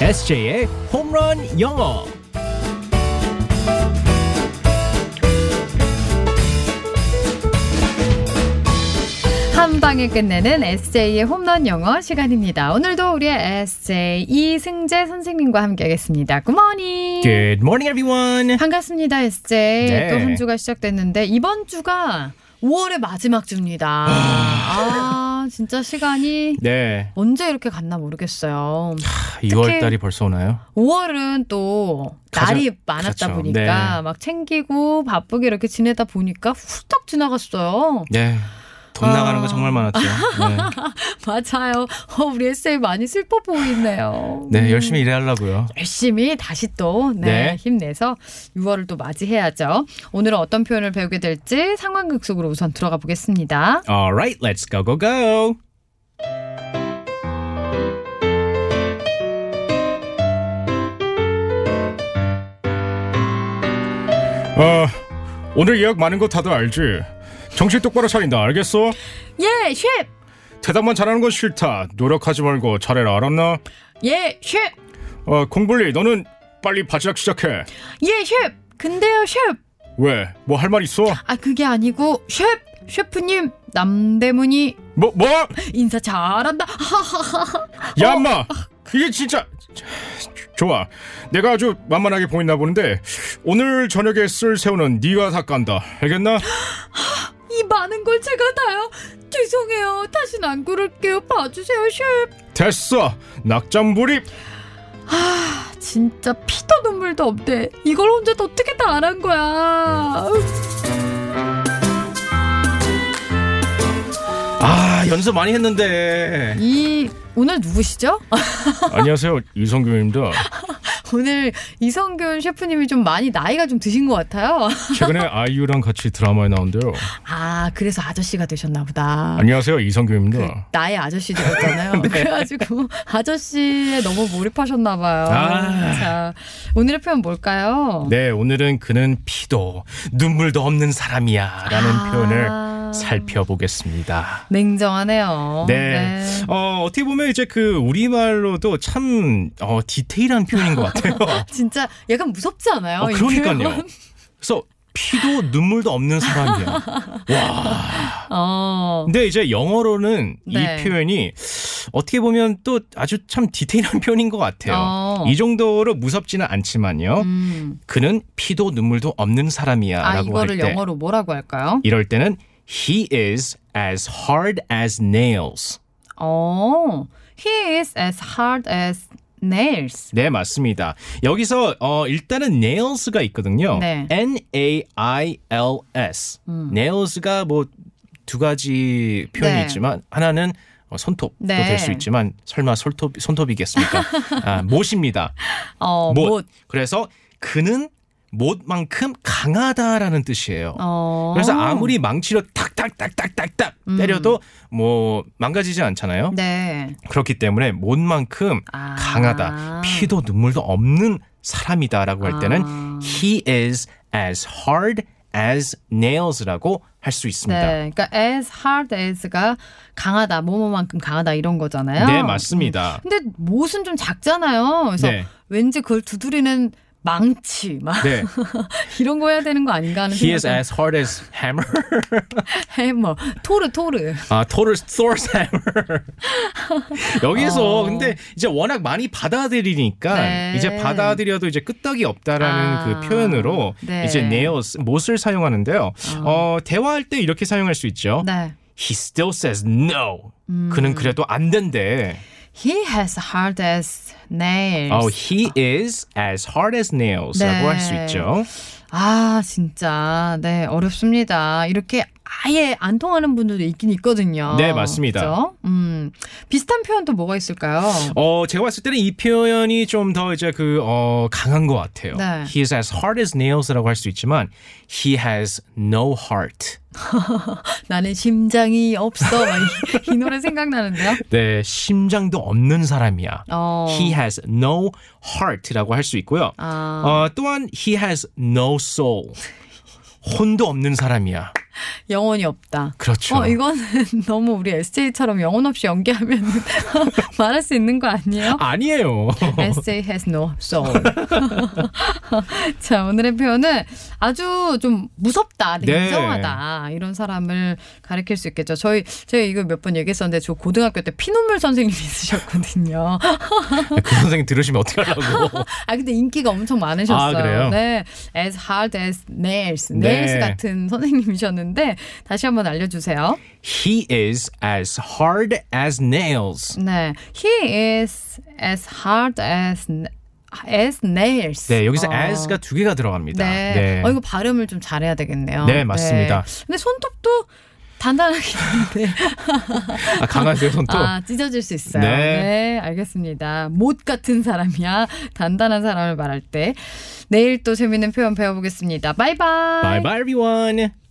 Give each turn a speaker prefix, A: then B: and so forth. A: SJ의 홈런 영어.
B: 한 방에 끝내는 SJ의 홈런 영어 시간입니다. 오늘도 우리의 SJ 이승재 선생님과 함께하겠습니다. 굿모닝.
A: Good morning, everyone.
B: 반갑습니다, SJ.
A: 예. 네.
B: 또 한 주가 시작됐는데 이번 주가 5월의 마지막 주입니다. 아, 진짜 시간이
A: 네,
B: 언제 이렇게 갔나 모르겠어요.
A: 6월 달이 벌써 오나요?
B: 5월은 또 날이
A: 가장-
B: 많았다
A: 그렇죠.
B: 보니까
A: 네.
B: 막 챙기고 바쁘게 이렇게 지내다 보니까 후딱 지나갔어요.
A: 네. 돈
B: 아.
A: 나가는 거 정말 많았죠. 네,
B: 맞아요. 어, 우리 에세이 많이 슬퍼 보이네요.
A: 네,
B: 음.
A: 열심히 일하려고요.
B: 열심히 다시 또 네,
A: 네.
B: 힘내서 6월을 또 맞이해야죠. 오늘은 어떤 표현을 배우게 될지 상황극 속으로 우선 들어가 보겠습니다.
A: All right, let's go, go, go.
C: 아, 오늘 예약 많은 거 다들 알지? 정신 똑바로 차린다, 알겠어?
B: 예, 쉐!
C: 대답만 잘하는 건 싫다. 노력하지 말고 잘해라, 알았나?
B: 예, 쉐!
C: 어, 공불리, 너는 빨리 바지락 시작해.
B: 예, 쉐! 근데요, 쉐!
C: 왜? 뭐 할 말 있어?
B: 아, 그게 아니고, 쉐! 셰프님, 남대문이
C: 뭐, 뭐?
B: 인사 잘한다. 어.
C: 야, 엄마! 이게 진짜. 좋아. 내가 아주 만만하게 보이나 보는데, 오늘 저녁에 쓸 새우는 네가 다 깐다. 알겠나?
B: 이 많은 걸 제가 다요. 죄송해요. 다신 안 그럴게요. 봐주세요, 쉐!
C: 됐어. 낙장불입.
B: 아, 진짜 피도 눈물도 없대. 이걸 혼자 어떻게 다 안 한 거야.
A: 아, 연습 많이 했는데.
B: 이 오늘 누구시죠?
C: 안녕하세요, 이성규입니다.
B: 오늘 이성균 셰프님이 좀 많이 나이가 좀 드신 것 같아요.
C: 최근에 아이유랑 같이 드라마에 나온대요.
B: 아 그래서 아저씨가 되셨나 보다.
C: 안녕하세요,
B: 그
C: 이성규입니다.
B: 나의 아저씨 되셨잖아요.
A: 네.
B: 그래가지고 아저씨에 너무 몰입하셨나 봐요.
A: 아.
B: 자 오늘의 표현 뭘까요?
A: 네, 오늘은 그는 피도 눈물도 없는 사람이야. 라는
B: 아.
A: 표현을 살펴보겠습니다.
B: 냉정하네요.
A: 네. 어, 어떻게 보면 이제 그 우리말로도 참 어, 디테일한 표현인 것 같아요.
B: 진짜 약간 무섭지 않아요?
A: 어,
B: 이
A: 그러니까요.
B: 표현?
A: 그래서 피도 눈물도 없는 사람이야. 와.
B: 어.
A: 근데 이제 영어로는
B: 네.
A: 이 표현이 어떻게 보면 또 아주 참 디테일한 표현인 것 같아요.
B: 어.
A: 이 정도로 무섭지는 않지만요.
B: 음.
A: 그는 피도 눈물도 없는
B: 아
A: 사람이야라고 할
B: 이거를
A: 때,
B: 영어로 뭐라고 할까요?
A: 이럴 때는 he is as hard as nails.
B: 어, he is as hard as nails.
A: 네, 맞습니다. 여기서 어, 일단은 nails가 있거든요.
B: 네. 음.
A: N A I L S. nails가 뭐 두 가지 표현이
B: 네.
A: 있지만 하나는 어, 손톱도
B: 네.
A: 될 수 있지만 설마 손톱 손톱이겠습니까? 아, 못입니다.
B: 어,
A: 못.
B: 못.
A: 그래서 그는 못만큼 강하다라는 뜻이에요.
B: 어.
A: 그래서 아무리 망치로 탁탁탁탁탁탁
B: 음.
A: 때려도 뭐 망가지지 않잖아요.
B: 네.
A: 그렇기 때문에 못만큼
B: 아.
A: 강하다, 피도 눈물도 없는 사람이다라고 할 때는
B: 아.
A: he is as hard as nails라고 할 수 있습니다.
B: 네. 그러니까 as hard as가 강하다, 뭐뭐만큼 강하다 이런 거잖아요.
A: 네, 맞습니다.
B: 음. 근데 못은 좀 작잖아요. 그래서
A: 네.
B: 왠지 그걸 두드리는 망치 막
A: 네.
B: 이런 거 해야 되는 거 아닌가 하는
A: he is
B: 생각이
A: as hard as hammer.
B: 해머 토르 토르
A: 아, 토를 Thor's hammer. 여기서
B: 어.
A: 근데 이제 워낙 많이 받아들이니까
B: 네.
A: 이제 받아들여도 이제 끄떡이 없다라는
B: 아,
A: 그 표현으로
B: 네.
A: 이제 nails 못을 사용하는데요. 어, 대화할 때 이렇게 사용할 수 있죠.
B: 네
A: He still says no.
B: 음.
A: 그는 그래도 안 된대.
B: he has hard as nails
A: Oh, he is as hard as nails라고
B: 네.
A: 할 수 있죠.
B: 아, 진짜. 네, 어렵습니다. 이렇게 아예 안 통하는 분들도 있긴 있거든요.
A: 네, 맞습니다.
B: 그죠? 음. 비슷한 표현 또 뭐가 있을까요?
A: 어, 제가 봤을 때는 이 표현이 좀 더 이제 그, 어, 강한 것 같아요.
B: 네.
A: He is as hard as nails라고 할 수 있지만, he has no heart.
B: 나는 심장이 없어. 막 이, 이 노래 생각나는데요.
A: 네, 심장도 없는 사람이야.
B: 어.
A: He has no heart라고 할 수 있고요.
B: 아.
A: 어, 또한 he has no soul. 혼도 없는 사람이야.
B: 영혼이 없다.
A: 그렇죠.
B: 어, 이거는 너무 우리 SJ처럼 영혼 없이 연기하면 말할 수 있는 거 아니에요?
A: 아니에요.
B: SJ has no soul. 자, 오늘의 표현은 아주 좀 무섭다,
A: 네.
B: 냉정하다, 이런 사람을 가리킬 수 있겠죠. 저희, 제가 이거 몇 번 얘기했었는데, 저 고등학교 때 피눈물 선생님이 있으셨거든요.
A: 그 선생님 들으시면 어떡하려고.
B: 아, 근데 인기가 엄청 많으셨어요.
A: 아, 그래요?
B: 네. As hard as nails.
A: 네.
B: nails 같은 선생님이셨는데, 다시 한번 알려주세요.
A: He is as hard as nails.
B: 네. He is as hard as, as nails.
A: 네, 여기서
B: 어.
A: as가 두 개가 들어갑니다.
B: 네. 어, 이거 발음을 좀 잘해야 되겠네요.
A: 네, 맞습니다.
B: 네. 근데 손톱도 단단하긴 한데.
A: 아, 강아지의 손톱.
B: 아, 찢어질 수 있어요.
A: 네.
B: 알겠습니다. 못 같은 사람이야. 단단한 사람을 말할 때. 내일 또 재밌는 표현 배워보겠습니다. 바이바이.
A: Bye bye everyone.